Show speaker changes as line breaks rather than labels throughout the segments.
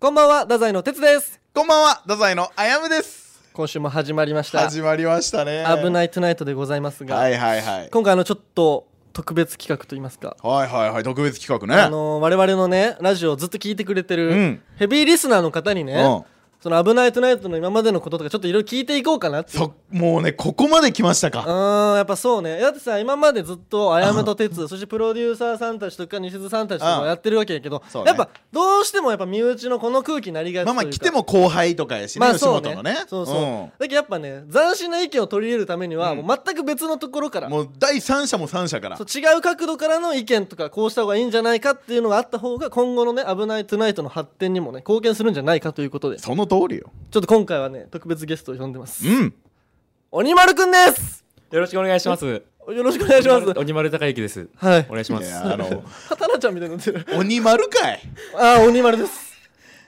こんばんは、太宰の哲です。
こんばんは、太宰のあやむです。
今週も始まりました。
始まりましたね。
危
い。
ないトゥナイトでございますが、
はいはいはい。
今回あのちょっと特別企画と言いますか、
はいはいはい、特別企画ね。
あの我々のねラジオをずっと聞いてくれてる、
うん
ヘビーリスナーの方にね、
うん
その危ないトゥナイトの今までのこととかちょっといろいろ聞いていこうかなっていう。
そ、もうね、ここまで来ました
う
か。
ーんやっぱそうねだってさ今までずっとあやめと哲そしてプロデューサーさんたちとか西津さんたちとか
うん
やってるわけやけど、
そうね
やっぱどうしてもやっぱ身内のこの空気になりがちと
ま
い
あ
うか
まあ、来ても後輩とかやしね、吉
そう
本のね。
そうそう、だけどやっぱね斬新な意見を取り入れるためには、
うん
もう全く別のところから
んもう第三者も三者から。
そう違う角度からの意見とかこうした方がいいんじゃないかっていうのがあった方が今後のね「危ないトゥナイト」の発展にもね貢献するんじゃないかということでちょ
その通りよ。
っと今回はね特別ゲストを呼んでます
うん。
鬼丸くんです
よろしくお願いします。
よろしくお願いします
鬼丸高之です。
はい
お願いし
い
ます。
や、あの、
刀ちゃんみたいになってる
鬼丸か い。
ああ鬼丸です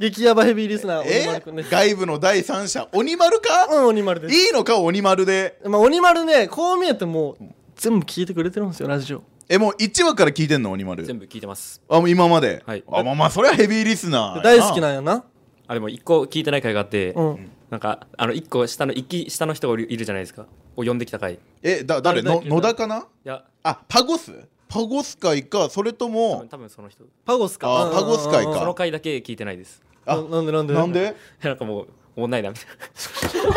激ヤバヘビーリスナー鬼
え
丸くんです、
外部の第三者、鬼丸か
うん鬼丸です
いいのか、鬼丸で。
まあ、鬼丸ねこう見えてもう全部聞いてくれてるんですよラジオ
え、もう1話から聞いてんの、鬼丸。
全部聞いてます。
あ、もう今まで。
はい
あ、まあまあ、それはヘビーリスナーや。
大好きなんやな
あ、でも一個聞いてない回があって、
うん
なんか、あの、一個下の、一期下の人がいるじゃないですか。を呼んできた回。い
え、だ、誰の
誰
野田かな
や、
あパゴスパゴス会かそれと
多
も
分多分その人。
パゴスか
あー
うん
パゴス界か
その回だけ聞いてないです。
うん
あ
うんうんななんで
なんで
いやなんかもう、おもんないな、みたいな。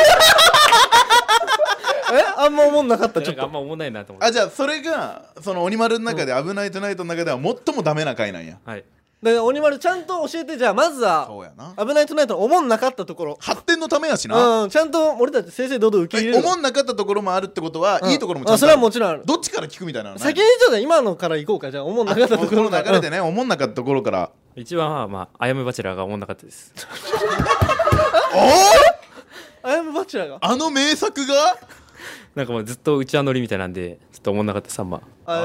えあんま思んなかったち
な
ょっ
んかあ
と
んまおもんないなと思っ
あ
て。
じゃあそれがその「鬼丸」の中で「危ないトゥナイト」の中では最もダメな回なんや
はい。
で鬼丸ちゃんと教えてじゃあまずは
そうやな
「危ないトゥナイト」のおもんなかったところ
発展のためやしな
うんちゃんと俺たち正々堂々受け入れ
え
る
思んなかったところもあるってことは
うん
いいところもちゃんと
あそれはも
ち
ちろんある
どっちから聞くみたいなのない
先にちょっと今のから行こうかじゃあおもんなかったと
あもう
こ
こ
ろ
の
から
流れでね思んなかったところから
一番は、まあ、あやめバチェラーがおもんなかったです。
うんアイムバチェラーが
あの名作が
なんかもうずっとうちわ乗りみたいなんで、ちょっとおもんなかったさんま。
あー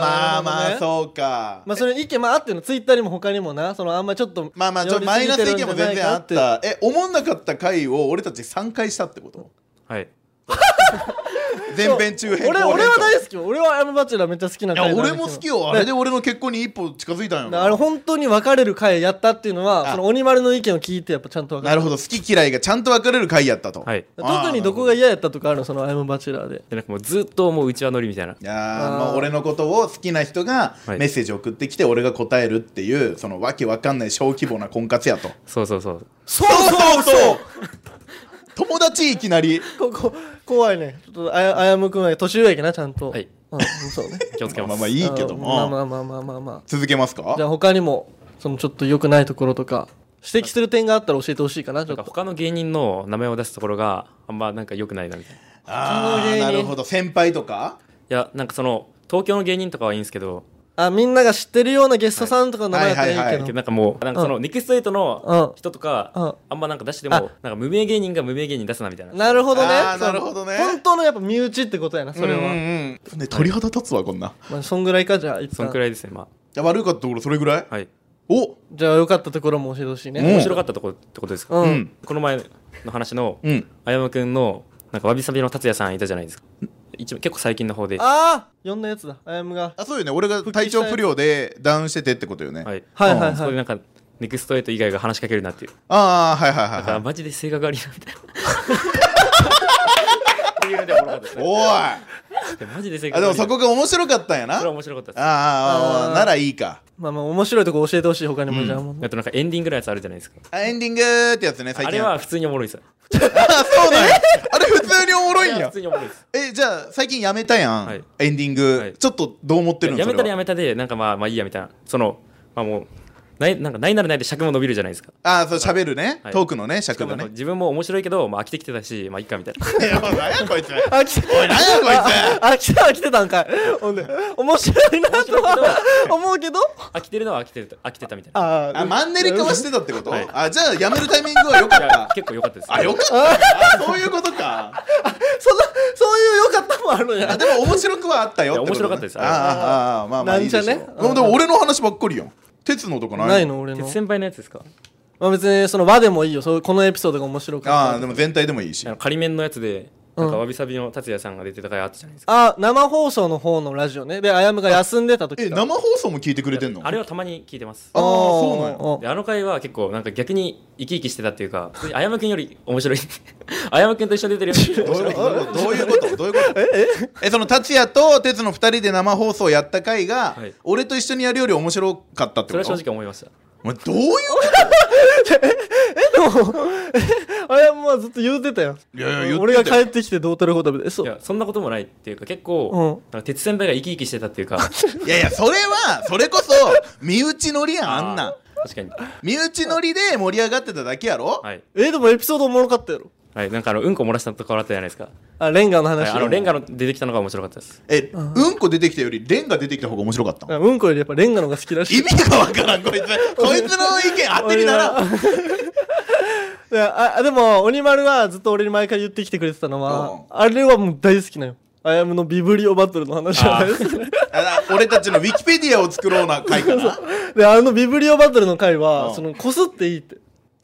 まあまあ
う
そうか
まあそれ意見まああってのツイッターにも他にもなそのあんまちょっと
まあまあちょっとマイナス意見も全然あったえ思んなかった回を俺たち3回したってこと
はい。
前編中編後
俺
編と
俺 は大好きよ俺はアイムバチェラーめっちゃ好きない回な
や
んだけ
俺
ど
も好きよあれで俺の結婚に一歩近づいたんよ
だからあれ本当に別れる回やったっていうのは
あ
その鬼丸の意見を聞いてやっぱちゃんと分か
な
る
るほど好き嫌いがちゃんと分かれる回やったと、
はい。
あー
特にどこが嫌やったとかあるのそのアイムバチェラーで
で、なんかもうずっともううちわ乗りみたいな。
いや
あ
ー
ー
まあ、俺のことを好きな人が
はい
メッセージ送ってきて俺が答えるっていうそのわけわかんない小規模な婚活やと
そうそうそう。
そうそうそう
友達いきなり
ここ怖いねちょっとあやあやむくんは年上やけなちゃんと
はい
うんそうね
気をつけます。
まあまあいいけど
あま
も
あまあまあまあま
続けま
あ
す
じゃ
か
あ他にもそのちょっと良くないところとか指摘する点があったら教えてほしいかなち
な
ょっ
んか
と
他の芸人の名前を出すところがあんまなんか良くないなみたいな。い
あ
芸
ー
人
なるほど先輩とか
やなんかその東京の芸人とかはいいんですけど、
あみんなが知ってるようなゲストさんとかの名前だったらいい
うん
け
けど
どなんかもうなんかそのネクストエイトの人と
うん
かあんまなんか出して
あ
もなんか無名芸人が無名芸人出すなみたいな。
なるほどね
あー
そう
なるほどね
本当のやっぱ身内ってことやなそれ
うんうん
は
うんね、鳥肌立つわこんな
まあそんぐらいかじゃあ一
そん
旦
くらいですね。ま
いや悪かったところそれぐらい
あはい。
お
じゃあ良かったところも教えてほしいね
うん
面白かったとこってことですか。
うん
うん
この前の話の
うん
あやまくんのなんかわびさびの達也さんいたじゃないですか。一番結構最近の方で。は
ああ呼んだやつだあやむが
あそうよね俺が体調不良でダウンしててってことよね、
い。はい
はいはい
そこ
は
で
い
なんかネクストエイト以外が話しかけるなっていう。
ああはいはいはい
だか
は
ら
い
マジで性格悪いなみた いな。 っていうのでおもろかったですね。
おいあ
でマジで性格悪い
で
な
もそこが面白かったんやな
それは面白かったです。
あーあーあー
あー
ならいいか
まあまあ面白いとこ教えてほしい他にもじゃあもう
あとなんかエンディングのやつあるじゃないですか。
あエンディングってやつね最近
あれは普通におもろいです。
あそうなん やあれ普通におもろいん
あれ
や
は普通におもろいです。
えじゃあ最近やめたやん、
はい
エンディング、
はい
ちょっとどう思ってるの
やめたらや
め
めたで、なんかまあまあいいやみたいな。その、まあもう、ないなんかないならないで尺も伸びるじゃないですか。
ああそう喋るね、
はい
トークのね尺
しか
が
も
ね
自分も面白いけど、まあ飽きてきてたし、まあいいかみたい な。
いやもう何やこいつ
あ、来て、
おい何やこい
あ、
つ
来てた、来てたんかい。ほんで、面白いなとは思うけど、
飽きてるのは飽きてる飽きてたみたいな。
あ
あマンネリ化はしてたってこと、
はい
あじゃあやめるタイミングは良か
い
っ
や
た
結構良かったです。
あよかったなそういうことか
そんな、そういう良かったもあるの
あ
や。
でも面白くはあったよ
い
て
や
こと
面白かったです
ああああまあまあいいでしょ
なんじゃね
でもでも俺の話ばっかりやん鉄のとかない
ないの、俺の
鉄。先輩のやつですか
まあ別に、その和でもいいよ。そうこのエピソードが面白かった。
ああでも全体でもいいし
あの仮面のやつで、なんかわびさびの達也さんが出てた回あったじゃないですか
あ生放送の方のラジオねであやむが休んでた時
え
か
生放送も聞いてくれてんの
あれはたまに聞いてます
あーそうなんや
ー
であの回は結構なんか逆に生き生きしてたっていうか普通にあやむくんより面白い あやむくんと一緒に出てるより
ど
面
うい
白
う
い
ことどういうことどういうことえその達也と哲の2人で生放送やった回が、
はい
俺と一緒にやるより面白かったって
それ
こ
は
と
正直思いました
お前どういう こ
あやむはずっと言うてたよ
いやいや言ってたよ
俺が帰ってきてどうたらこうたらでそ
いうやそんなこともないっていうか結構、
うん
なんか鉄先輩が生き生きしてたって いうか
といやいやそれはそれこそ身内乗りやんあんなん
ー確かに
身内乗りで盛り上がってただけやろ、
はい、
えでもエピソードおもろかったやろ
はい、なんかあのうんこ漏らしたところあったじゃないですか、
あレンガの
はい、
話
あのレンガの出てきたのが面白かったです
えうんこ出てきたよりレンガ出てきた方が面白かったの
うんこよりやっぱレンガの方が好きらしい
意味がわから んこいつこいつの意見当てにならん
いやあでも鬼丸はずっと俺に毎回言ってきてくれてたのは、
うん
あれはもう大好きなよアヤムのビブリオバトルの話じゃないですね
あ俺たちのウィキペディアを作ろうな回かな
であのビブリオバトルの回は、
うん
そのこすっていいって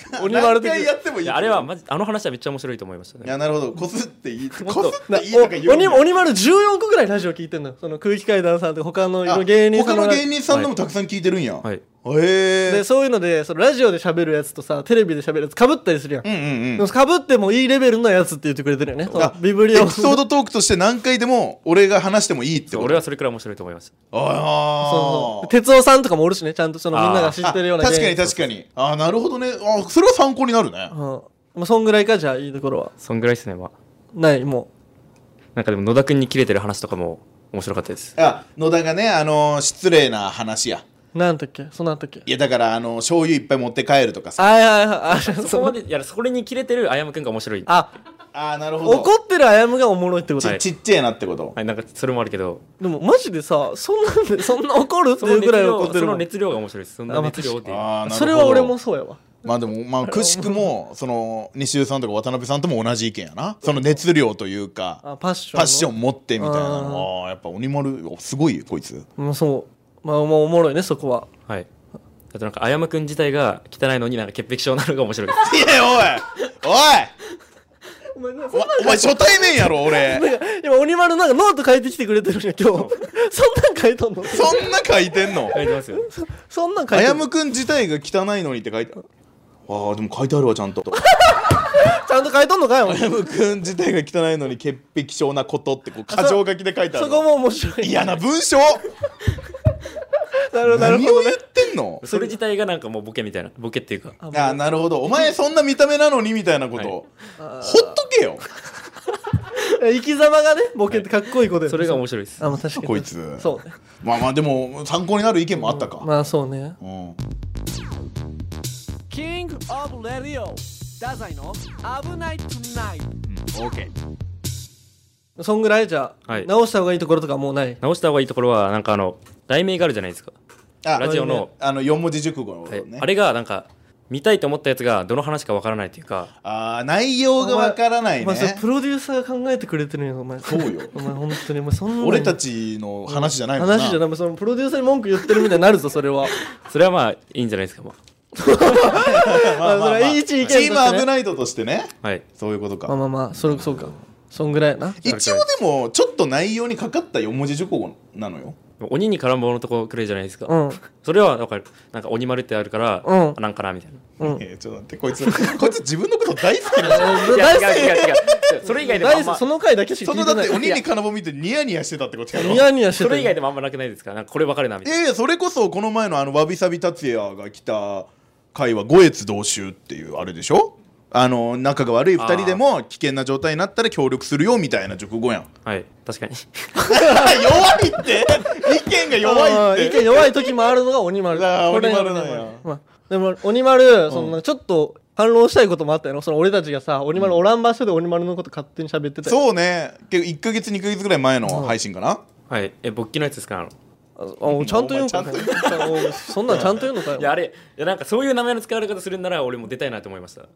鬼丸
何
的
回
に
やってもい
い
い
やあれはマジあの話はめっちゃ面白いと思いました
い
ね
やなるほどこすっていい
もっ
ことすっ
な
ていいとか言
お
うん
鬼
や
鬼丸14個ぐらいラジオ聞いてんのよその空気階段さんとか他の
あ
芸人さ
他
んの
の
ラ
芸人さんのもたくさん聞いてるんや、
はい
へ
で
え
そういうのでそのラジオで喋るやつとさテレビで喋るやつかぶったりするやん、
うんうん
で
う
も
ん
かぶってもいいレベルのやつって言ってくれてるよねその
あ
ビブリオ
エピソードトークとして何回でも俺が話してもいいってこと
俺はそれくらい面白いと思いました
あ
そうそう
あ
哲夫さんとかもおるしねちゃんとそのみんなが知ってるような
あ確か
芸
に
人
確かにああなるほどねあそれは参考になるね
うん、まあ、そんぐらいかじゃあいいところは
そんぐらいですねまあ
ないも
なんかでも野田君にキレてる話とかも面白かったです
あ野田がねあのー失礼な話や
うなんだっけそんなんだっけ
いやだからあのー醤油いっぱい持って帰るとかさ
あいはいはいあそ
そこまでいやそれにキレてるあやむくんが面白い
あ
ああなるほど
怒ってるあやむがおもろいってこと、
はい
ちっちゃいなってこと
はいなんかそれもあるけど
でもマジでさそんなんでそんな怒るって
その
いう
熱
ぐらい
量
怒ってる
そ
も
の
ん
熱量が面白いですそんな熱量っていう
ああなるほど
それは俺もそうやわ
まあでもまあくしくもその西尾さんとか渡辺さんとも同じ意見やなその熱量というか
あパッション
パッション持ってみたいな
あ
のああやっぱ鬼丸すごいよこいつ
もうんそうまあまあおもろいねそこは
はいあとなんかあやむくん自体が汚いのになんか潔癖症なのが面白いです
いや お
お前なん
いおいお前初対面やろ俺
か今鬼丸なんかノート書いてきてくれてるんや今日そんなん書いとんの
そんな書いてんの
書いてますよ
そんなん書い
あ
て
や
んの
むくん自体が汚いのにって書いてあるああでも書い てあるわちゃんと
ちゃんと書いとんのかよ
あやむくん自体が汚いのに潔癖症なことってこう箇条書きで書いてある
そこも面白い
嫌 な文章
なるほどなるほ
何
ど
を
ね
言ってんの
それ自体がなんかもうボケみたいなボケっていうか
あ
ああなるほどお前そんな見た目なのにみたいなこと、ほっとけよ
生き様がねボケってかっこいい子で、
それが面白いです
あまあ確かに
こいつ
そうね
まあまあでも参考になる意見もあったか、
まあそうね
うん、
キングオブレディオダザイの危ないトゥナイト
そんぐらいじゃあ、
はい
直した方がいいところとかもうない
直した方がいいところはなんかあの題名があるじゃないですか
あ
ラジオの、
あの4文字熟語のこと
は
ね、
いあれがなんか見たいと思ったやつがどの話かわからないっていうか
ああ内容がわからない
お前それ
ね
プロデューサーが考えてくれてるんやお前
そうよ
お前本当にお前そんな
俺たちの話じゃないもんな、
話じゃないもうそのプロデューサーに文句言ってるみたいになるぞそれ は
それはまあいいんじゃないですかま
まあまあまあ
それはいい一意見と
チ
してね
ーム危ないととしてね
あはい
そういうことか、
まあまあまあそれそうかそんぐらいやな
一応でもちょっと内容にかかった4文字熟語なのよ
鬼に絡んぼのとこくれじゃないですか、
うん
それはだからなんか鬼丸ってあるから、
うん
なんかなみたいな
うん
えーちょっと待ってこいつこいつ自分のこと大好きなの
大好き
違う違 う違うそれ以外でもあ
大
ん
好
ま
きその回だけしか
そ
聞い
の
て
だっ
な
て
い
鬼に金棒見てニヤニヤしてたってことやろ
ニヤニヤして
そ
た
れ以外
よ
でもあんまなくないですかなんかこれわかるなみ
い
たいな
やいやそれこそこの前のあのわびさび達也が来た回は五越同州っていうあれでしょあの仲が悪い2人でも危険な状態になったら協力するよみたいな熟語やん
はい確かに
弱いって意見が弱いっ
あー意見
て
弱い時もあるのが鬼丸
あー
これが
鬼丸なんや
まあでも鬼丸そのちょっと反論したいこともあったよその俺たちがさ鬼丸おらん場所で鬼丸のこと勝手に喋ってたよ
そうね1か月2か月ぐらい前の配信かな、
はいえ勃起のやつですかあの
あおちゃんと言うんか
お前ち
おそんなんちゃんと言うのか
いや
よ
あれいやなんかそういう名前の使われ方するんなら俺も出たいなと思いました
あ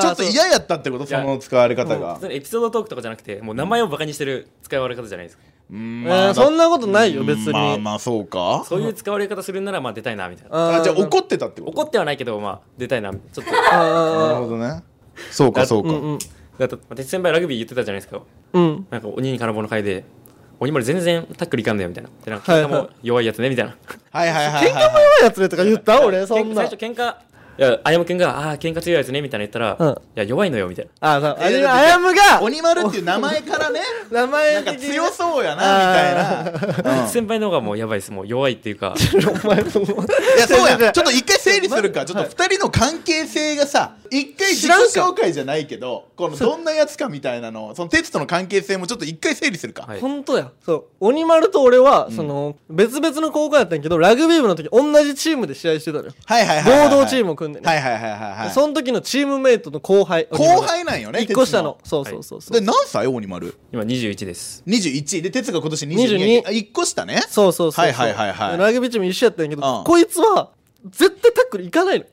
あー
ちょっと嫌やったってことそ
そう
の使われ方が
普通にエピソードトークとかじゃなくてもう名前をバカにしてる使われ方じゃないですか
うん
えー
だ
そんなことないよ別に
まあまあそうか
そういう使われ方するんならまあ出たいなみたいな
あじゃあ
っ
怒ってたってこと
怒ってはないけどまあ出たいなちょっと
あー
なるほどねそうかそうか、
うん
だと鉄先輩ラグビー言ってたじゃないですか
うん
なんか鬼に金棒の会で鬼丸全然タックルいかんだよみたいなでなんか
はいは
喧嘩
い
も弱いやつねみたいな
はいはいはいはい
弱いやつねとか言った俺 そんな
喧嘩最初喧嘩いやあやむくんが「ああー喧嘩強いやつね」みたいな言ったら「
うん
いや弱いのよ」みたいな
あそうあ
えー
れあやむが
鬼丸っていう名前から ね
名前
なん
的
か
に
強そう やなみたいな、うん
鉄先輩の方がもうやばいですもう弱いっていうか
お前も
いやそうや
違う違う
ちょっと一回整理するかちょっと二人の関係性がさ一回自
知らんか
己紹介じゃないけどこのどんなやつかみたいなのをその鉄との関係性もちょっと一回整理するか、
はい
本当やそう鬼丸と俺は、その別々の高校やったんやけどラグビー部の時同じチームで試合してたのよ
はいはいはいはいはい
合同チームを組んでね
はいはいはいはいはい
その時のチームメイトの後輩
後輩なんよね
1個下の
鉄
そうそうそうそう、
で何歳鬼丸
今21です
21で鉄が今年22
22
あ一個 下ね
そうそうそうそう
はいはいはいはい
ラグビーチーム一緒やったんやけど、
うん
こいつは絶対タックルいかないの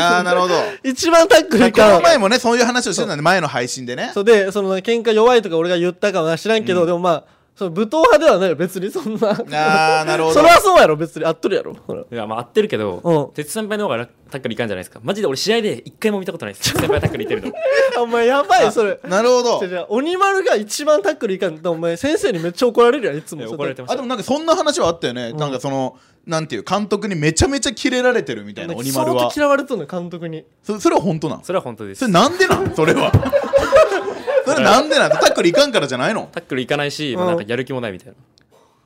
ああなるほど
一番タックルい
こ
かない
の前もねそういう話をしてたんで前の配信でね
そうでその喧嘩弱いとか俺が言ったかは知らんけど、でもまあその武闘派ではないよ別にそんな
ああなるほど
それはそうやろ別に合っとるやろほら
いやまあ合ってるけど
うん
鉄先輩の方がタックルいかんじゃないですかマジで俺試合で一回も見たことないです鉄先輩タックルいって るの
あお前やばいそれ
なるほど
違う違う鬼丸が一番タックルいかんってお前先生にめっちゃ怒られるやんいつ
い
も
や怒られてま
あ
し
で
た
もなんかそんな話はあったよね、なんかそのなんていう監督にめちゃめちゃキレられてるみたい
な
な
んか
鬼丸は
相当嫌われとんのよ監督に
そそれは本当なん
それは本当です
それなんでなんそ れはそれなんでなんタックルいかんからじゃないの
タックルいかないし、まあ、なんかやる気もないみたいな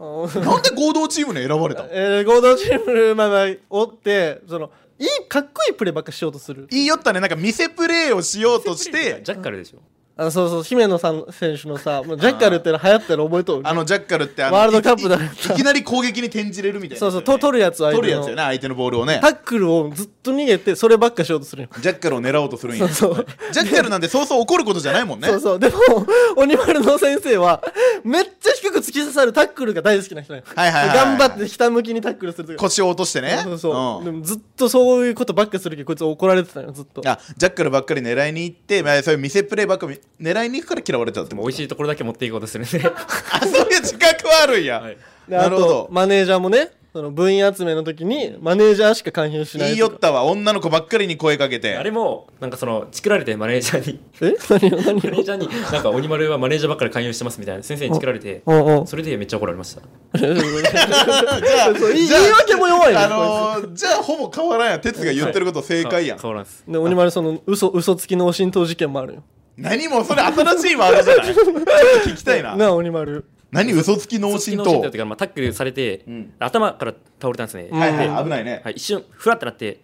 あの
なんで合同チームに選ばれたの
えー、合同チームまあまあおってそのいいかっこいいプレーばっかしようとする
言いよったねなんか見せプレーをしようとし
いや
て
ジャッカルでしょ
あのそうそう姫野さん選手の さもうジャッカルっての流行ったら覚えとる
あのジャッカルってあの
ワールドカップだ
いいいきなり攻撃に転じれるみたいな
そ
や
うそ
つよ
う
ね、
と取るやつを
取
相
る
手
や
の
つよね相手のボールをね
タックルをずっと逃げてそればっかしようとするんよ
ジャッカルを狙おうとするんやジャッカルなんてそうそう怒ることじゃないもんね
そうそうでも鬼丸の先生はめっちゃ低く突き刺さるタックルが大好きな人なんよ
はいはいはいは
頑
い
張ってひたむきにタックルするとか
腰を落としてね
そうそう、
ん
でもずっとそういうことばっかするけどこいつ怒られてたよずっと
あジャッカルばっかり狙いに行って、まあ、そういう店プレーばっかり狙いに行くから嫌われてたって
でも
こ
美
と
味しいところだけ持っていこうとするんで
あそういう自覚はあるんや、
はい
で
なるほ
あと
ど
マネージャーもねその部員集めの時にマネージャーしか勧誘しない
言い
と
よ
か
ったわ女の子ばっかりに声かけて
あれもなんかそのチクられてマネー ジャーに
え 何を何
マネージャーになんか鬼丸はマネージャーばっかり勧誘してますみたいな先生にチクられて
をうんうん
それでめっちゃ怒られました
そうい
じゃあ
言い訳も弱いね
あのーじゃあほぼ変わらんやん哲が言ってること正解やん、
そうそうなんです
で鬼丸その嘘嘘つきのお浸透事件もあるよ
何もそれ新しいワードじゃないちょっと聞きたいな
なあ鬼丸
何嘘つき脳
突き
震
直し
と
っていうか、まあ、タックルされて、頭から倒れたんですね、
はい
で
はい危ないね、
はい一瞬ふらってなって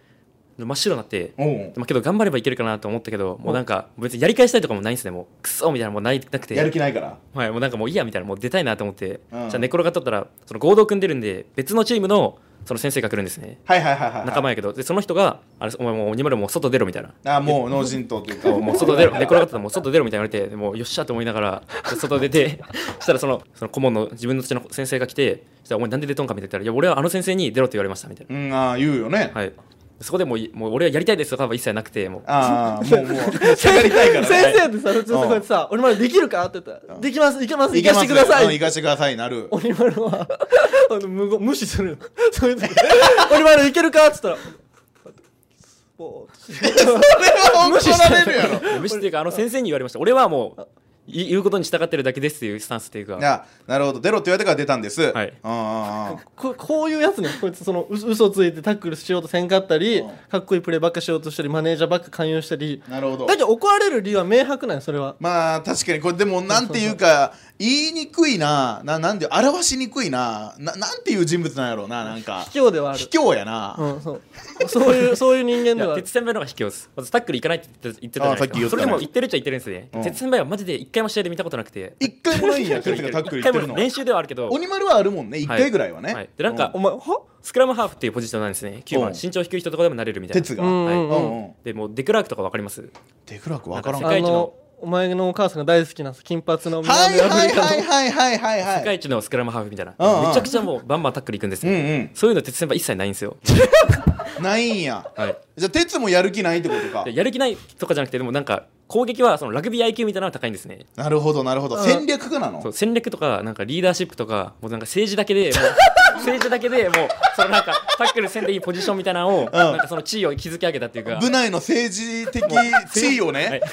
真っ白になって
おう
まあけど頑張ればいけるかなと思ったけどもうなんか別にやり返したいとかもないんですねもうクソみたいなもうないなくて
やる気ないから
はい、もうなんかもういいやみたいなもう出たいなと思って、
うん
じゃあ寝転がっとったらその合同組んでるんで別のチームのその先生が来るんですね
はいはいはいはい
仲間
はい
やけどでその人が「あれお前もう鬼丸もう外出ろ」みたいな。
あもう脳震とっていうか
もう外出ろ寝転がってたらもう外出ろみたいに言われてもうよっしゃと思いながらで外 出てしたらそのその顧問の自分のうちの先生が来て「したらお前なんで出とんか?」みたいな言ったら「いや俺はあの先生に出ろ」って言われましたみたい
うんああ言うよね、
な、はい、そこでもういもう俺はやりたいですとかは一切なくて もう
ああもうも う下がりたいから、ね、
先生ってさ普通さこうやってさ「鬼丸できるか?」って言ったら「できますいけます
行
行
け
か
ま
し
す
てくださ
うん
い
行」かしてくださいなる
鬼丸 はあの無言無視するの そういう時「鬼丸いけるか?」っつったらぼーっとして
無視されるやろ
無視っていうかあの先生に言われました俺はもうい言うことに従ってるだけですっていうスタンスっていうか
あなるほど出ろって言われてから出たんです
はい
うんうんうん
ここういうやつねこいつそのう嘘ついてタックルしようとせんかったり
うん
かっこいいプレーばっかしようとしたりマネージャーばっか勧誘したり
なるほど
だけど怒られる理由は明白なんよそれは
まあ確かにこれでもなんていうか言いにくいなななんで表しにくいなななんていう人物なんやろうななんか
卑怯ではある
卑怯やな、
うんそうそういうそういう人間
い
で
や
はある
鉄先輩の方が卑怯ですまずタックル行かないって言って言ってたじゃ
あ
ない
さっき
で
言
す
ったね
かそれでも言ってるっちゃ言ってるんですね
うん
鉄先輩はマジで一回も試合で見たことなくて
一回もないんや哲がタックル言っ
一回
てるの
も練習ではあるけど
鬼丸はあるもんね一回ぐらいはね、
はいでなんか
お前は
スクラムハーフっていうポジションなんですね9
うん
番身長低い人とかでもなれるみたいな
哲が、
う
うん
ん
うん
うんうん
でもうデクラークとかわかります
デクラーク分からん
世
はい
あ
界一の
のお前のお母さんが大好きな金髪の
はい
南アフリ
はい
カ
はいはいはいはい
世界一のスクラムハーフみたいな
うんうん
めちゃくちゃもうバンバンタックル行くんです
うんうん
ねそういうの鉄先輩一切ないんですよ
ないんや
はい
じゃあ鉄もやる気ないってことか
でやる気ないとかじゃなくてでもなんか攻撃はそのラグビー IQ みたいなのが高いんですね
なるほどなるほど戦略家なの
そう戦略とかなんかリーダーシップとかもうなんか政治だけでもう政治だけでもうそのなんかタックルせんでいいポジションみたいなのを、なんかその地位を築き上げたっていうか
部内の政治的地位を
は
ね
い、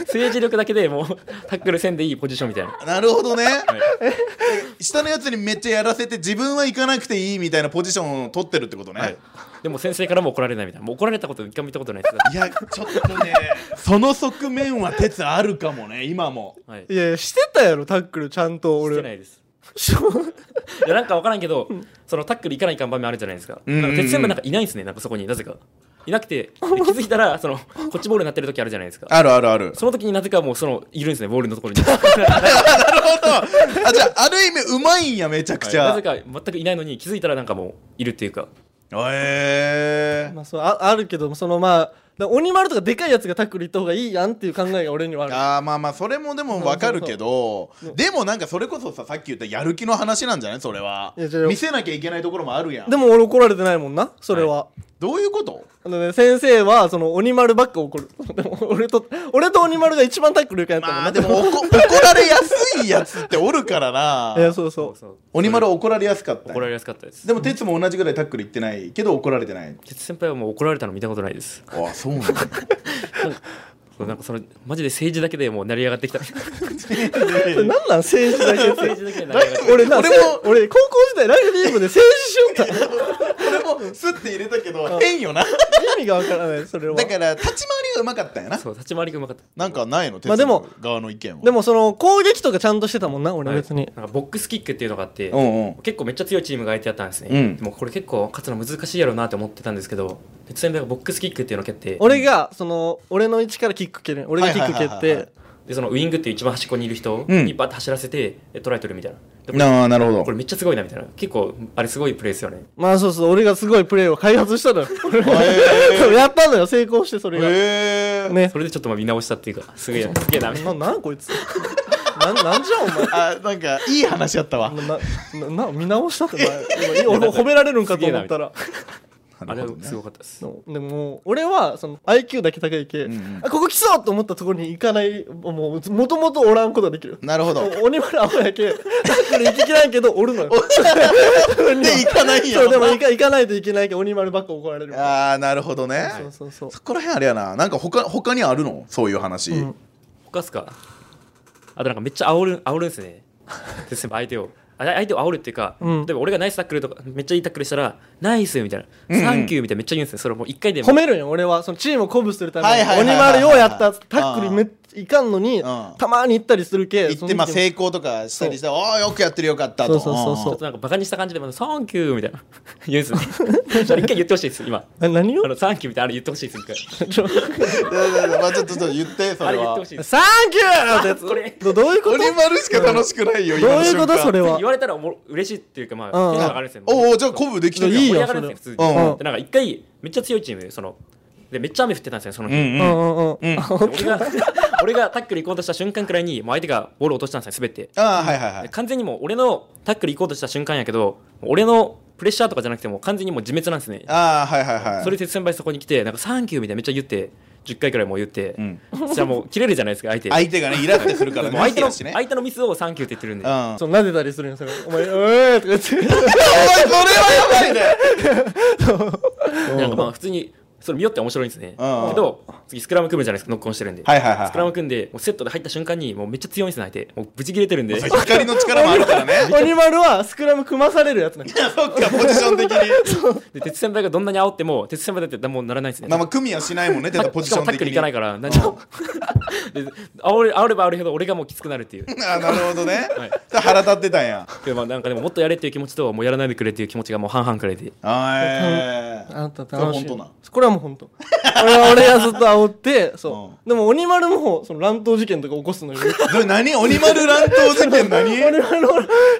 政治力だけでもうタックルせんでいいポジションみたいな
なるほどね、下のやつにめっちゃやらせて自分は行かなくていいみたいなポジションを取ってるってことね、い、
でも先生からも怒られないみたいなもう怒られたこと一回も見たことないです
やちょっとねその側面は鉄あるかもね今も
はい
いやいやしてたやろタックルちゃんと
して
俺
ないですいやなんか分からんけど、そのタックル行かない看板面あるじゃないですか,、
んうん
なんか鉄線部なんかいないんですねなんかそこになぜかいなくてで気づいたらそのこっちボールになってる時あるじゃないですか
あるあるある
その時になぜかもうそのいるんですねボールのところに
あじゃあある意味うまいんやめちゃくちゃ、
なぜか全くいないのに気づいたらなんかもういるっていうか
え ー
まあ、そうああるけどもそのまあだ鬼丸とかでかいやつがタックルいった方がいいやんっていう考えが俺にはある
あーまあまあそれもでもわかるけどでもなんかそれこそささっき言ったやる気の話なんじゃないそれはい
や違う
見せなきゃいけないところもあるやん
でも俺怒られてないもんなそれは、
どういうこと
あのね、先生はその鬼丸ばっか怒る でも俺と俺と鬼丸が一番タックルいかんやったもん
ま
な
あでも怒怒られやすいやつっておるからない
やそうそう
そう
鬼丸は怒られやすかったんや
怒られやすかったです
でも鉄も同じぐらいタックルいってないけど怒られてない
鉄先輩はもう怒られたの見たことないです
ああそうなん だ
そうなんかそのマジで政治だけでもう成り上 がってきた政
それなんなん政治だけって
治だけで成り上がってきた
俺な
俺
俺
も
俺高校時代ラグビー部で政治しよった
これもスッて入れたけど変よな
意味がわからないそれは
だから立ち回りがうまかったんやな
そう立ち回りがうまかった
なんかないの鉄
まあでも
の側の意見は
でもその攻撃とかちゃんとしてたもんな俺
はい
別に、
なんかボックスキックっていうのがあって、
うんうん
結構めっちゃ強いチームが相手だったんですね、
うん
でもこれ結構勝つの難しいやろうなって思ってたんですけど鉄先輩がボックスキックっていうのを蹴って
俺がその俺の位置からキック蹴る俺がキック蹴っ
はいはいはいはい
て
は
でそのウイングっていう一番端っこにいる人
うん
にバッと走らせてえトライ取るみたいなでこれ
なあなるほど
これめっちゃすごいなみたいな結構あれすごいプレーですよね
まあそうそう俺がすごいプレーを開発したのよ
へ
やったのよ成功してそれが、
へえ
ね
それでちょっとまあ見直したっていうかすげえなすげえなみたいな
ななんこいつ なんなんじゃお前
あなんかいい話やったわ
ななな見直したってお前俺褒められるんかと思ったら
あれはすごかったです
でもでも俺はその IQ だけ高いけ、
んうん
あここ来そうと思ったところに行かないもうもともとおらんことができる
なるほど
もう鬼丸青やけだから行ききらんけどおるのよ
で行かないんや
そう
ろ
でも行か行かないといけないけど鬼丸ばっか怒られる
ああなるほどね
そうそうそう
そこら辺あれやななんか他他にあるのそういう話、
うん
他っすかあとなんかめっちゃ煽る煽るんで すねで先輩相手をあ相手を煽るっていうか、
うん
例えば俺がナイスタックルとかめっちゃいいタックルしたらナイスみたいな、サンキューみたいなめっちゃ言うんですねそれもう一回でも
褒めるんよ俺はそのチームを鼓舞するために、
はいはいはいはい
鬼丸ようやったっつってタックルめっいかんのに、
うん
たまに行ったりするけ
行ってまあ
その時
成功とかしたりしたら「ああよくやってるよかった」
そ
と
うそうそう
ち
そ
ょ
う
っとなんかバカにした感じでまたサンキューみたいな言うんですねそれ一回言ってほしいです今
え何
あ
を
のサンキューみたいなあれ言ってほしいです一回
ちょ
うんうんだからまあちょっとちょっと言ってそ
あ
れ
れ言っ
は
てほしいです
サンキューってやつ
これ
どどういうこと
鬼丸しか楽しくないよ
ど
今
う
の
いう
瞬
こ
間
とそれは
言われたらおもろ嬉しいっていうかまあテン
うん
ション上がるんですね
おうおうじゃあ鼓舞できてるやん
いい
盛
よ
り上がるんですね普通
うん
に、
うん
でなんか一回めっちゃ強いチームそのでめっちゃ雨降ってたんですよその日、
うん
う
う
ん
ん
うんうん
うんあ
で俺が 俺がタックル行こうとした瞬間くらいにもう相手がボールを落としたんですよ滑って
あーはいはいは
で
い
完全にもう俺のタックル行こうとした瞬間やけど俺のプレッシャーとかじゃなくてもう完全にもう自滅なんですね
ああはいはいはい
それで先輩そこに来てなんかサンキューみたいなめっちゃ言って10回くらいもう言って、
うん
じゃあもう切れるじゃないですか相手
相手がねイラってするからね
もう相手の
好きだしね
相手のミスをサンキューって言ってるんで、
うん
そう撫でたりするんよそれお前「うえ」とか言って
おいそれはやばいね
なんかまあ普通にそれ見よって面白いんですね、
うん
けど次スクラム組むじゃないですかノックオンしてるんで、
はいはいはい
スクラム組んでもうセットで入った瞬間にもうめっちゃ強いんですね相手もうブチ切れてるんで
そう光の力もあるから ね
鬼丸はスクラム組まされるやつなんよ
そっかポジション的に
で鉄先輩がどんなに煽っても鉄先輩だって何もならないんですね
まあまあ組みはしないもんねて
タ
か
ッ
ポジ
し
シ
か
ョ
も
ン
タッ
的
クル
に
いかないから何も で煽れ煽れば煽るほど俺がもうきつくなるっていう
あーなるほどね
はい
で腹立ってたんや
でまあなんかでももっとやれっていう気持ちともうやらないでくれっていう気持ちがもう半々くらいで
あー
あんた楽しい
それ本当なん
これはもう本当俺は俺がずっと煽ってそう、
う
でも鬼丸もその乱闘事件とか起こすのよ
どれ何鬼丸乱闘事件何
俺はあの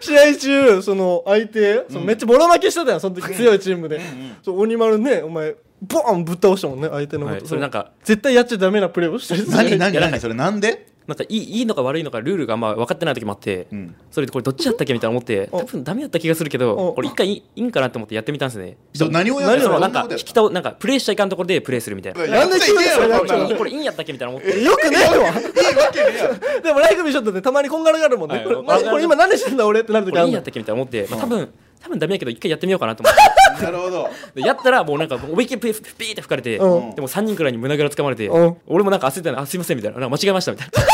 試合中その相手そのめっちゃボロ負けしてたやんその時強いチームで、そう鬼丸ねお前ボーンぶっ倒したもんね相手のこと、
はいそれなんか
絶対やっちゃダメなプレーをしてる
何
な
何何それなんで
なんかいいいいのか悪いのかルールがあんま分かってない時もあって、
うん
それでこれどっちだったっけみたいな思って
お
多分ダメだった気がするけど
お
これ一回いいいんかなと思ってやってみたんですね
そう何をやって
何を
ど
そのなん
んな
か
こと
引
やっ
き倒なんかプレイしたいかんところでプレイするみたいな
た
なんで急にそれやっちゃう
や
の
っ
これいいんやったっけみたいな思って
よくねえわ
てるやん
でもライグビーショットでたまにこんがらがるもんね、
はい
これ
わ
ま
かる
これ今何してんだ俺ってなる
こ
時あ
れいい
るの
んやったっけみたいな思って、まあ、多分多分ダメやけど一回やってみようかなと思って
なるほど
でやったらもうなんかおびきりピーピーって吹かれて、
うん
でも3人くらいに胸ぐらつかまれて、
うん
俺もなんか焦ってたのあすいませんみたいななんか間違えましたみたいな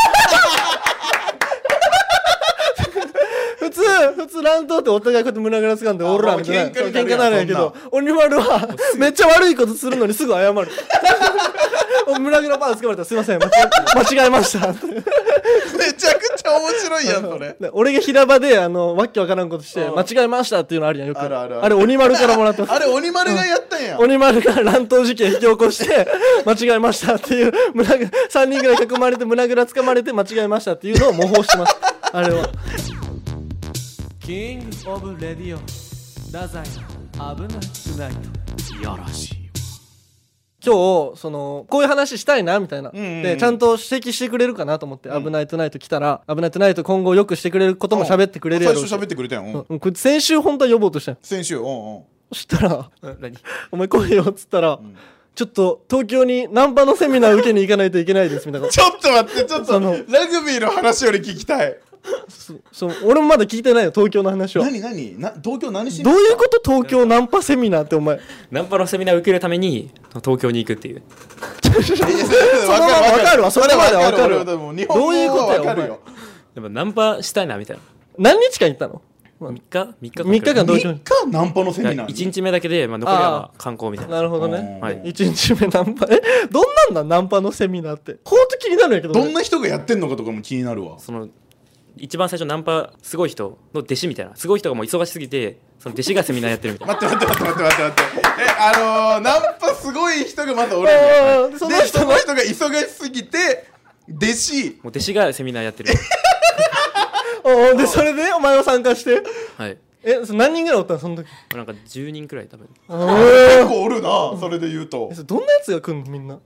普通普通乱闘ってお互いこうやって胸ぐらつかんでおらみたいな
喧嘩にな
喧嘩
るやん
なるんやけど鬼丸はめっちゃ悪いことするのにすぐ謝るお胸ぐらパンつかまれたらすいません間違え間違えました って
めちゃくちゃ面白いやんそれ
で俺が平場であのわっけわからんことして間違えましたっていうのあるやんよく
あるあるある
れ鬼丸からもらってます
あれ鬼丸がやったんや
鬼丸が乱闘事件引き起こして 間違えましたっていう胸ぐ3人ぐらい囲まれて胸ぐらつかまれて間違えましたっていうのを模倣してますあれは
Kings of Radio 太宰の危ないトゥナイト
今日そのこういう話したいなみたいな、
んうん
でちゃんと指摘してくれるかなと思って「危ないトゥナイト」来たら「危ないトゥナイト」今後よくしてくれることも喋ってくれるやろ
最
うし
初喋ってくれたやんうん
うんこれ先週本当は呼ぼうとしたよ
先週うんうん
そしたら
何
お前来いよっつったら、ちょっと東京にナンパのセミナー受けに行かないといけないです みたいな
ちょっと待ってちょっと
その
ラグビーの話より聞きたい
そそう俺もまだ聞いてないよ東京の話は
何何な東京何し
どういうこと東京ナンパセミナーってお前
ナンパのセミナー受けるために東京に行くっていう
そのまま
そ
分かるわそれまでは分かる
どういう
どういうことや
分かるよ
でもナンパしたいなみたいな
何日間行ったの
3日3日間
3日間どうしよ
3
う
日ナンパのセミナーに
1日目だけで、まあ、残りはま
あ
あ観光みたいな
なるほどね
うん
はい
1日目ナンパえどんなんだナンパのセミナーってほんと気になるんやけどね
どんな人がやってんのかとかも気になるわ
その一番最初ナンパすごい人の弟子みたいなすごい人がもう忙しすぎてその弟子がセミナーやって るみたいな
待って待って待って待って待ってえあのー、ナンパすごい人がまずおるん
あー
やで
そ
そ
の
の
人
人の人が忙しすぎて弟子
もう弟子がセミナーやってる
おうでそれでお前は参加して
はい
えそ何人ぐらいおったのその時
なんか10人くらい多分
結構おるなそれで言うと
えそれどんなやつが来んのみんな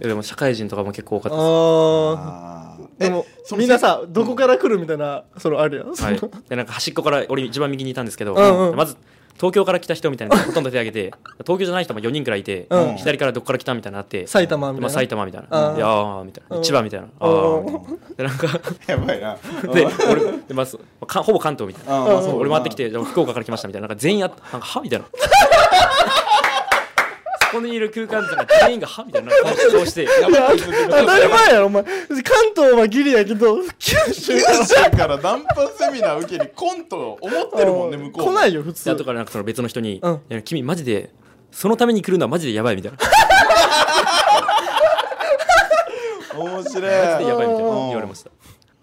えでも社会人とかも結構多かったで
ああ
あーえ
でも
その
みんなさどこから来るみたいなそのあるやん
す、はい、でなんか端っこから俺一番右にいたんですけど、
うんうん
まず東京から来た人みたいなのほとんど手挙げて 東京じゃない人も4人くらいいて、
うん
左からどっから来たみたいなのあって
埼玉みたいな
まあ、埼玉みたい
あ
な
ー
であーみたいな
うん
で千葉みたいなあ
うん
ーみたいなでなんか
やばいな
で俺で、まあ、そかほぼ関東みたいな
あーまあそう
俺回ってきて、じゃあ福岡から来ましたみたいな、なんか全員あなんかは みたいな。そこにいる空間なんか全員がはみたいな顔をして、やばい
当たり前やろお前関東はギリやけど九州
九州からナンパセミナー受けにコント思ってるもんね向こう
来ないいよ普通
で後からなんかその別の人に、
うん
いや君マジで、そのために来るのはマジでやばいみたいな。
面白い
やばいみたいな
うん
言われました。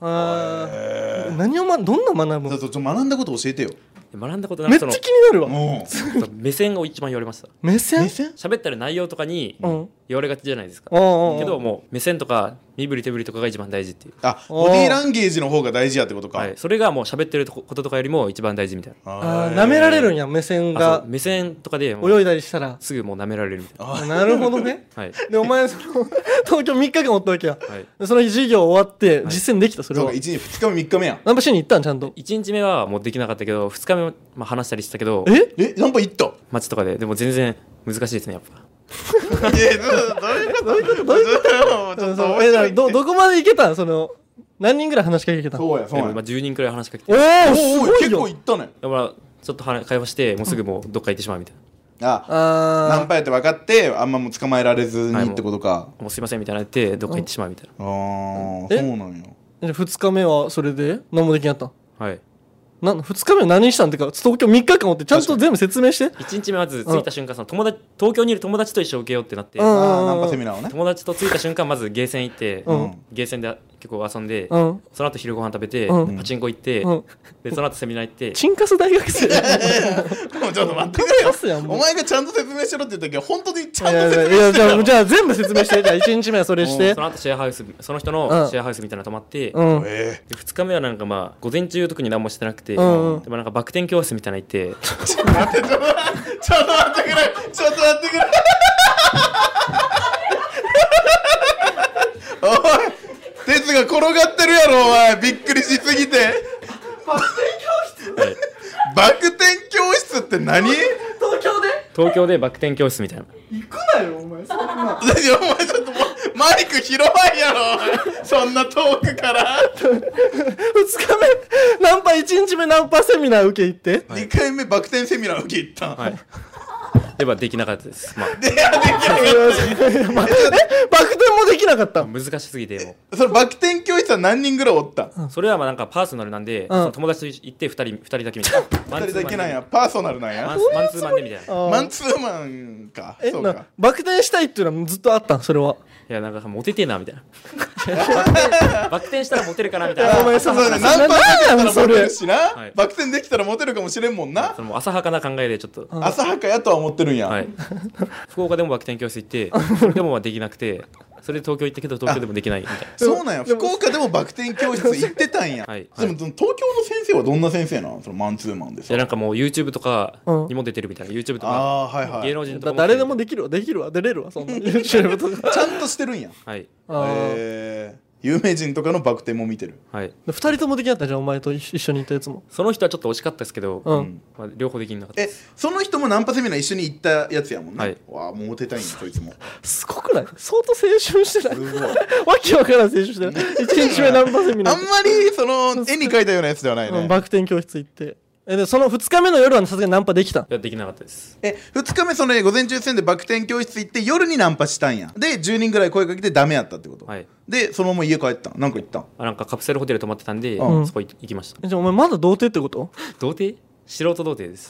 あー
え
何をまどんな学ぶ
ー
の
ちょっとちょ学んだこと教えてよ
で学んだことな
め
く
っち
そ
ゃ気にな
の
るわ
もう
その目線を一番言われました。
目線
目線
喋ってる内容とかに
うん
言われがちじゃないですか。
うんうん
けどもう目線とか身振り手振りとかが一番大事っていう。
あボディーランゲージの方が大事やってことか、
はい、それがもう喋ってるとここととかよりも一番大事みたいな。
あー舐められるんや目線
あ
が
そう目線とかでもう
泳いだりしたら
すぐもう舐められるみたいな。
なるほどね
はい。
でお前その東京3日間おったわけや
はい
でその日授業終わって実践できたそれ
そう
は
か1日2日目3日目やん
ナンパしに行ったんちゃんと
1日目はもうできなかったけど2日目はまあ話したりしたけど
え
えナンパ行 った
街とかででも全然難しいですねやっぱ
いやどどういうことどういうこと
そ
ちょ
う
っと
そう
面
え
白
だ
い
どどこまで行けたんその何人ぐらい話しかけてきたの
そうやそう
で
や
もまあ10人くらい話しかけて
お
だか
お
お
ー
す
お
ご
ー
い
結
よ
構行ったね
らちょっと話会話してもうすぐもうどっか行ってしまうみたい
あナ
あ
ンパやって分かってあんまもう捕まえられずにってことか
なもうすいませんみたいな言ってどっか行ってしまうみたい
あー
え
そうなんよ
ーじゃあ2日目はそれで何もできなかっ
なはい
たなん2日目は何したんってか東京3日間おってちゃんと全部説明して
1日目まず着いた瞬間その友達東京にいる友達と一緒受けようってなって
うん
あーナンパセミナーをね
友達と着いた瞬間まずゲーセン行って
うん
ゲーセンで結構遊んで
うん
その後昼ご飯食べて
うん
パチンコ行って
うん
でその後セミナー行って
チンカス大学生
もうちょっと待ってく
ナン
れ
パ
よ
すやんもう
お前がちゃんと説明しろって言ったけど本当にち
い
ゃん
やい
と説
や
明
いや
して
じ
る
ゃ
や
あじゃあ全部説明してじゃあ1日目はそれして
その後シェアハウスその人
うん
のシェアハウスみたいなの泊まって
うん
え
で2日目はなんかまあ午前中特に何もしてなく
う
て、
んうん
でもなんかバク転教室みたいなの行って
ーちょっと待ってくれちょっと待ってくれ おい哲が転がってるやろお前びっくりしすぎて
はい
バク転教室って何いや
東京で
東京でバク転教室みたいな
行くなよお前そんな
お前ちょっともうマイク広いやろお前そんな遠くから
2日目ナンパ1日目ナンパセミナー受け行って
2回目バク転セミナー受け入った、
はいではできなかったですまあ
いやできなかっ
まあ えバク転もできなかった
難しすぎても
たそのバク転教室は何人ぐらいおった
うそれはまあなんかパーソナルなんで、その友達と行って2人二人だけみたいな
2人だけなんやパーソナルなん
マ
や
ンツーマンツーマンでみたいない
あー
マンツーマンか
え
そう
な
か
バク転したいっていうのはずっとあったんそれは
やなんかモテてえなみたいなバク転したらモテるかなみたいな
ごめん
そ
そうう
だねナンパ
ななん
できたら
やそ
モテ
れ
るしな、
い
バク転できたらモテるかもしれんもんな
その浅はかな考えでちょっと、
浅はかやとは思ってるんや、
はい、福岡でもバク転教室 行ってそれでもまあできなくてそれで東京行ったけど東京でもできないみた いな
そうなんや
で
福
も
岡でもバク転教室行ってたんや、
はい
でもその東京の先生はどんな先生なのそのマンツーマンで
い
さ
やなんかもう YouTube とか
うん
にも出てるみたいな YouTube とか
ああーはい
芸
は
能
い
人とか
だ誰でも
出
でき
て
るわできるわ出れるわそんな YouTube とか
ちゃんとしてるんや
るはい
あー
えー、有名人とかのバク転も見てる
はい
で二人ともできなかったじゃんお前と一緒にいたやつも
その人はちょっと惜しかったですけど、
うん、
まあ、両方できなかった
えその人もナンパセミナー一緒に行ったやつやもんね、
はい
わあもうモテたいんやそいつも
すごくない相当青春してない
すごい
わけわからん青春してない1日目ナンパセミナ
あ
ー
んまりその絵に描いたようなやつではないね、
うんバク転教室行ってえでその2日目の夜はさすがにナンパできたん
いやできなかったです
え2日目そのね午前中戦でバク転教室行って夜にナンパしたんやで10人ぐらい声かけてダメやったってこと、
はい
でそのまま家帰ったんなんか行ったん
あなんかカプセルホテル泊まってたんで、
うん
そこ行行きました
えじゃあお前まだ童貞ってこと
童貞素人童貞です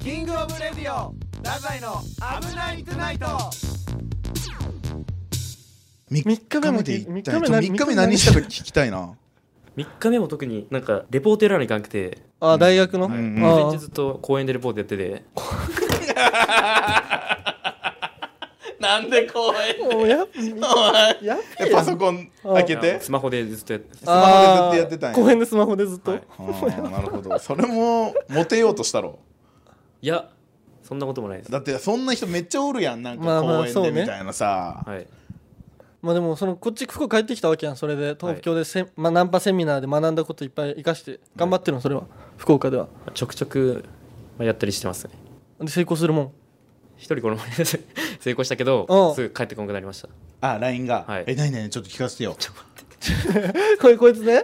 キングオブレディオ太宰の危ないトゥナイト
3
三日目も
で行ったんや
三日目何
ちょ3日目何したか聞きたいな
3日目も特になんかレポートやらにいかなくて
あ大学の、
うんうん
あ
午前
ー
中ずっと公園でレポートやってて
なんで怖い
もうややっべえや
パ
ん
ソコン開けて
スマホでずっとやって
マホでずっとやってたんや
あー公園でスマホでずっと、
はい
あーなるほどそれもモテようとしたろ
いやそんなこともないです
だってそんな人めっちゃおるやんなん
ま
か
あまあ
公園
そう
で
ね
みたいなさ、
はい
まあでもそのこっち福岡帰ってきたわけやんそれで東京でせ、まあ、ナンパセミナーで学んだこといっぱい生かして頑張ってるのそれは福岡では
ちょくちょくまあやったりしてますね
で成功するもん
一人この前成功したけど
うん
すぐ帰ってこなくなりました
あ LINE が、
はい
え何何ちょっと聞かせてよ
これこいつね、
うん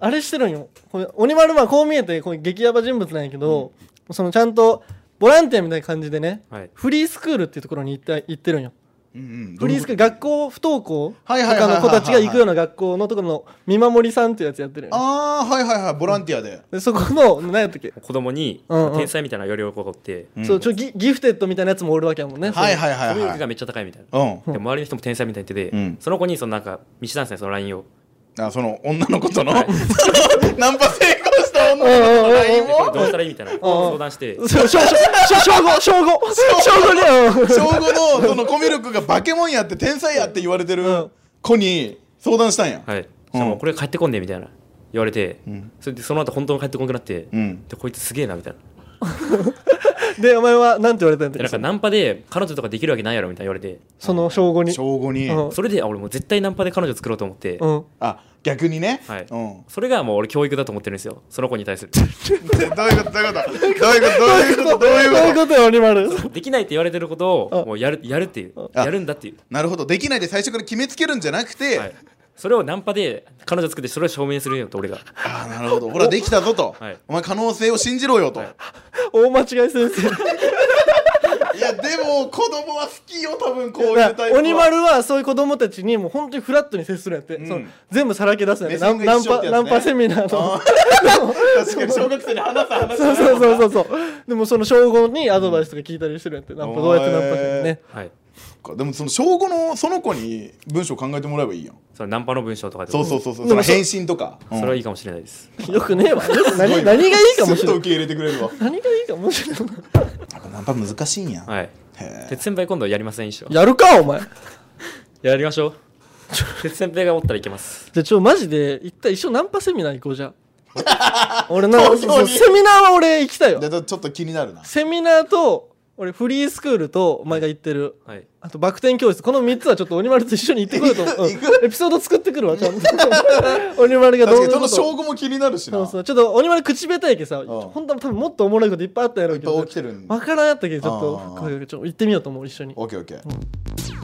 あれしてるんよこれ鬼丸はこう見えてこう激ヤバ人物なんやけど、そのちゃんとボランティアみたいな感じでね、
はい
フリースクールっていうところに行って行ってるんよ
うんうん
フリースクール学校不登校と
はいはいはい
か
はいは
の
い
子たちが行くような学校のところの見守りさんっていうやつやってるんよ
ああはいはいはいボランティアで、
でそこの何やったっけ、
子供に
うんうん
天才みたいな要領をこって
うん
そうちょギギフテッドみたいなやつもおるわけやもんね
はいはい
コ
はい
ミュ力
はい
がめっちゃ高いみたいな
うん
で周りの人も天才みたいに言って
う
て
ん
その子にそのなんか見せたんですねその LINE を
あその女の子とのその ナンパ成功した女の子との LINE
でこれ
も
どうしたらいいみたいな相談して
そうそう小小小小五小五ね
小5のそのコミュ力がバケモンやって天才やって言われてる子に相談したんや、
はいそしたらもうこれ帰ってこんでみたいな言われて
ん
それでその後本当に帰ってこなくなって
うん
でこいつすげえなみたいな
うん でお前はなんて言われたん
で
だっ
なんか
け
ナンパで彼女とかできるわけないやろみたいな言われて
その小五に
小5に、
うん
それであ俺もう絶対ナンパで彼女作ろうと思って
うん
あ逆にね、
はい
うん
それがもう俺教育だと思ってるんですよその子に対する
でどういうことどういうことどういうことどういうことどう
どう
い
いうう
こ
ことよ鬼丸
できないって言われてること
あ
をもうやるやるっていう
あ
やるんだっていう、
となるほどできないで最初から決めつけるんじゃなくて、
はい、それをナンパで彼女作ってそれを証明するよと俺が
ああなるほどほらできたぞと、
はい
お前可能性を信じろよと、
はい
大間違い先生
いやでも子供は好きよ多分こういう
だ
タ
から
イプは
鬼丸はそういう子供たちにもう本当にフラットに接するんやって、
ん
その全部さらけ出すんやって
目
ナ
線
ン
が
ナンパナ
一緒ってやつね
ンパセミナー
あ
の
ー確かに小学生に話す話
そうそうそうそうそうでもその小五にアドバイスとか聞いたりしてるんやって、ナンパどうやってナンパするのね
はい
かでもその小五のその子に文章考えてもらえばいいやん
そのナンパの文章とかで
そう
も
そうそうそう
で
その
も
返信とか、
それはい
い
いかもしれないです
よくねえわよく何何がいいかもしれ
すっと
ない
受け入れてくれるわ
何がいいかもしれない
やっぱナンパ難しいんや、
はい
へえ
鉄先輩今度やりません一緒
やるかお前
やりましょう鉄先輩がおったらいけます
じゃあちょマジで一旦一緒ナンパセミナー行こう じゃあ俺な
東京
そう
に
セミナーは俺行きたいよ
でちょっと気になるな
セミナーと俺フリースクールとお前が言ってる
はい
あとバク転教室この3つはちょっと鬼丸と一緒に行ってこようと思う、
行く
うんエピソード作ってくるわちゃ んと鬼丸が
確
どう
か
いう
にそ
こ
の
と
証拠も気になるしな
そうそうちょっと鬼丸口下手やけさ、本当は多分もっとおもろいこといっぱいあったやろうけ
いっ
ど
ぱい起きてるん
分からんやったけどちょっ
あ
と
ー
声かけちょっと行ってみようと思う一緒に
オッケーオッケー、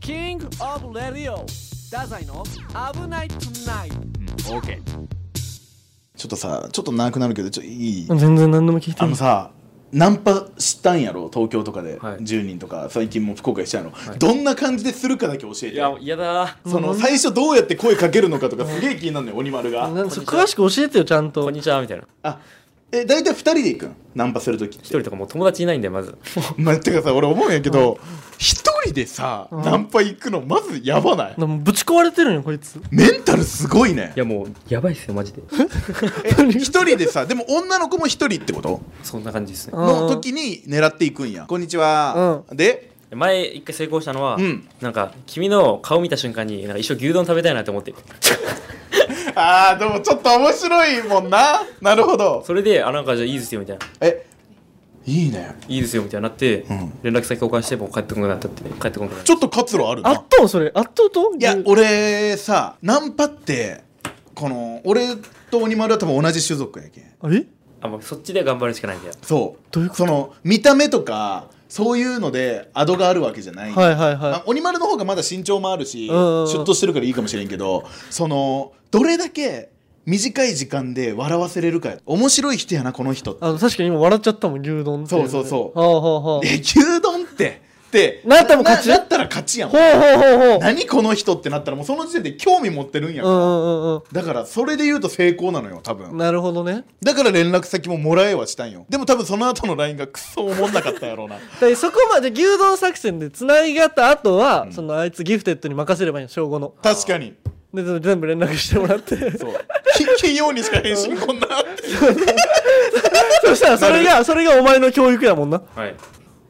キングオブレディオダザイの危ないトゥナイト
オッケーちょっとさちょっと長くなるけどちょいい、
全然何でも聞いて
あ
る
のさナンパしたんやろ東京とかで、
はい
10人とか最近も福岡でしたやろ、どんな感じでするかだけ教え
い
て
や嫌だー
その最初どうやって声かけるのかとかすげえ気になるのよ鬼丸が
なんそう詳しく教えてよちゃんと
こんにちはみたいな
あえ大体2人で行くんナンパする時っ
一
て
人とかもう友達いないんでまず
まあ、てかさ俺思うんやけど一人でさナンパ行くのまずやばない
でもぶち壊れてるんよこいつ
メンタルすごいね
いやもうやばいっすよマジで
え一人でさでも女の子も一人ってこと
そんな感じですね
の時に狙っていくんやこんにちはで
前一回成功したのは、
うん
なんか君の顔見た瞬間になんか一生牛丼食べたいなと思って
あーでもちょっと面白いもんななるほど
それであなんかじゃあいいですよみたいな
えいいね
いいですよみたいになって、
ん
連絡先交換してもう帰ってこなくなったって帰ってこなくなった
ちょっと活路ある
あ
な
っとうそれあっとうと
いや
うん
俺さナンパってこの俺と鬼丸は多分同じ種族やけん
え
あもうそっちで頑張るしかないみたいな
そう
どういうこと
その見た目とかそういうのでアドがあるわけじゃない、
はいはいはい
あ鬼丸の方がまだ身長もあるしシ
うんうんうん
ュッとしてるからいいかもしれんけどそのどれだけ短い時間で笑わせれるか面白い人やなこの人
あの確かに今笑っちゃったもん牛丼っていので
そうそうそう
はあはあはあ
え牛丼ってって
なったらもう勝ち
ななったら勝ちやもん
ほうほうほうほう
何この人ってなったらもうその時点で興味持ってるんや、
うんうんうん
だからそれで言うと成功なのよ多
うん
分
なるほどね
だから連絡先ももらえはしたんよでも多分その後の LINE がクソおもんなかったやろうな
でそこまで牛丼作戦でつなぎがった後は、そのあいつギフテッドに任せればいいの小5の
確かに
でその全部連絡してもらって
そうき 金曜にしか返信こんな
そしたらそれがそれがお前の教育やもんなほ
はい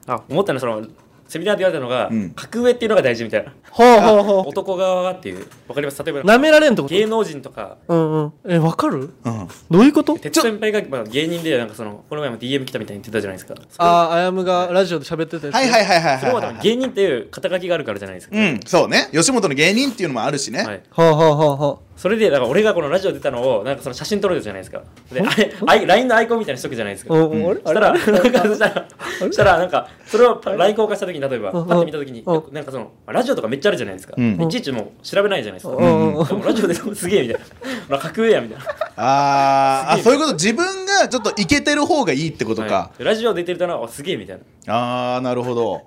あ思ったのはそのセミナーで言われたのが、
うん
格上っていうのが大事みたいな
うほうほ
男側がっていうわかります例えば
うなめられんってこと
芸能人とか
うんうんえわかる
うん
どういうこと
鉄先輩が、まあ、芸人でなんかそのこの前も DM 来たみたいに言ってたじゃないですか
あああやむがラジオで喋ってたやつ
はいはいはいはい
それ
は、
はいで
はい
も芸人っていう肩書きがあるからじゃないですか、
うんそうね吉本の芸人っていうのもあるしね、
はい、
はあはあはあは
それでだから俺がこのラジオ出たのをなんかその写真撮るじゃないですかであれあい LINE のアイコンみたいにしとくじゃないですか
あうんうんあれ
したら、なんかそしたら、そしたらなんか、それをパ LINE 交換したときに、例えば、パ
うん
ッて見たときに
う、
なんかその、ラジオとかめっちゃあるじゃないですか。
うん
いちいちもう調べないじゃないですか。
うんうんうん
でもラジオでですげえみたいな。 格上やみたいな。
あーあそういうこと自分がちょっとイケてる方がいいってことか、
はいラジオ出てるとな、あすげえみたいな。
ああなるほど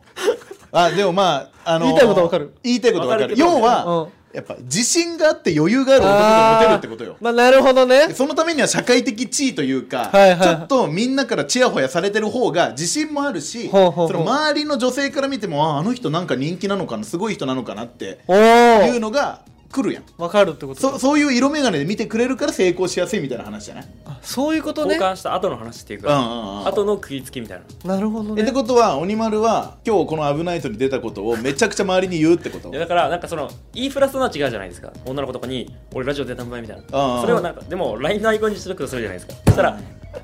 あでもまああのー
言いたいことはわかる
言いたいことはわかる
わかるけど
要は、やっぱ自信があって余裕がある男がモテるってことよ
あまあなるほどね
そのためには社会的地位というか、
はいはいはい
ちょっとみんなからチヤホヤされてる方が自信もあるし
ほうほうほう
その周りの女性から見てもああの人なんか人気なのかなすごい人なのかなって
お
いう
お
のが来るやん
わかるってこと
そそういう色眼鏡で見てくれるから成功しやすいみたいな話じゃない、
あそういうことね
交換した後の話っていう
うん
か、
うんうん
後の食いつきみたいな。
なるほど
えって
ね
ことは鬼丸は今日この「危ないと」に出たことをめちゃくちゃ周りに言うってこと
いやだから、なんかその、言いふらすのは違うじゃないですか。女の子とかに、俺ラジオ出たんばいみたいな。
うんうん
それをなんか、でも LINE のアイコンにしとくとするじゃないですか。そしたら、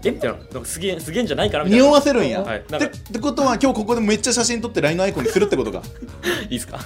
えみたいな。なんかすげえ、すげえんじゃないかなみたいな。
匂わせるんや、
はい
っ
な
て
んか
ってことは今日ここでめっちゃ写真撮って LINE のアイコンにするってことか
いいっすか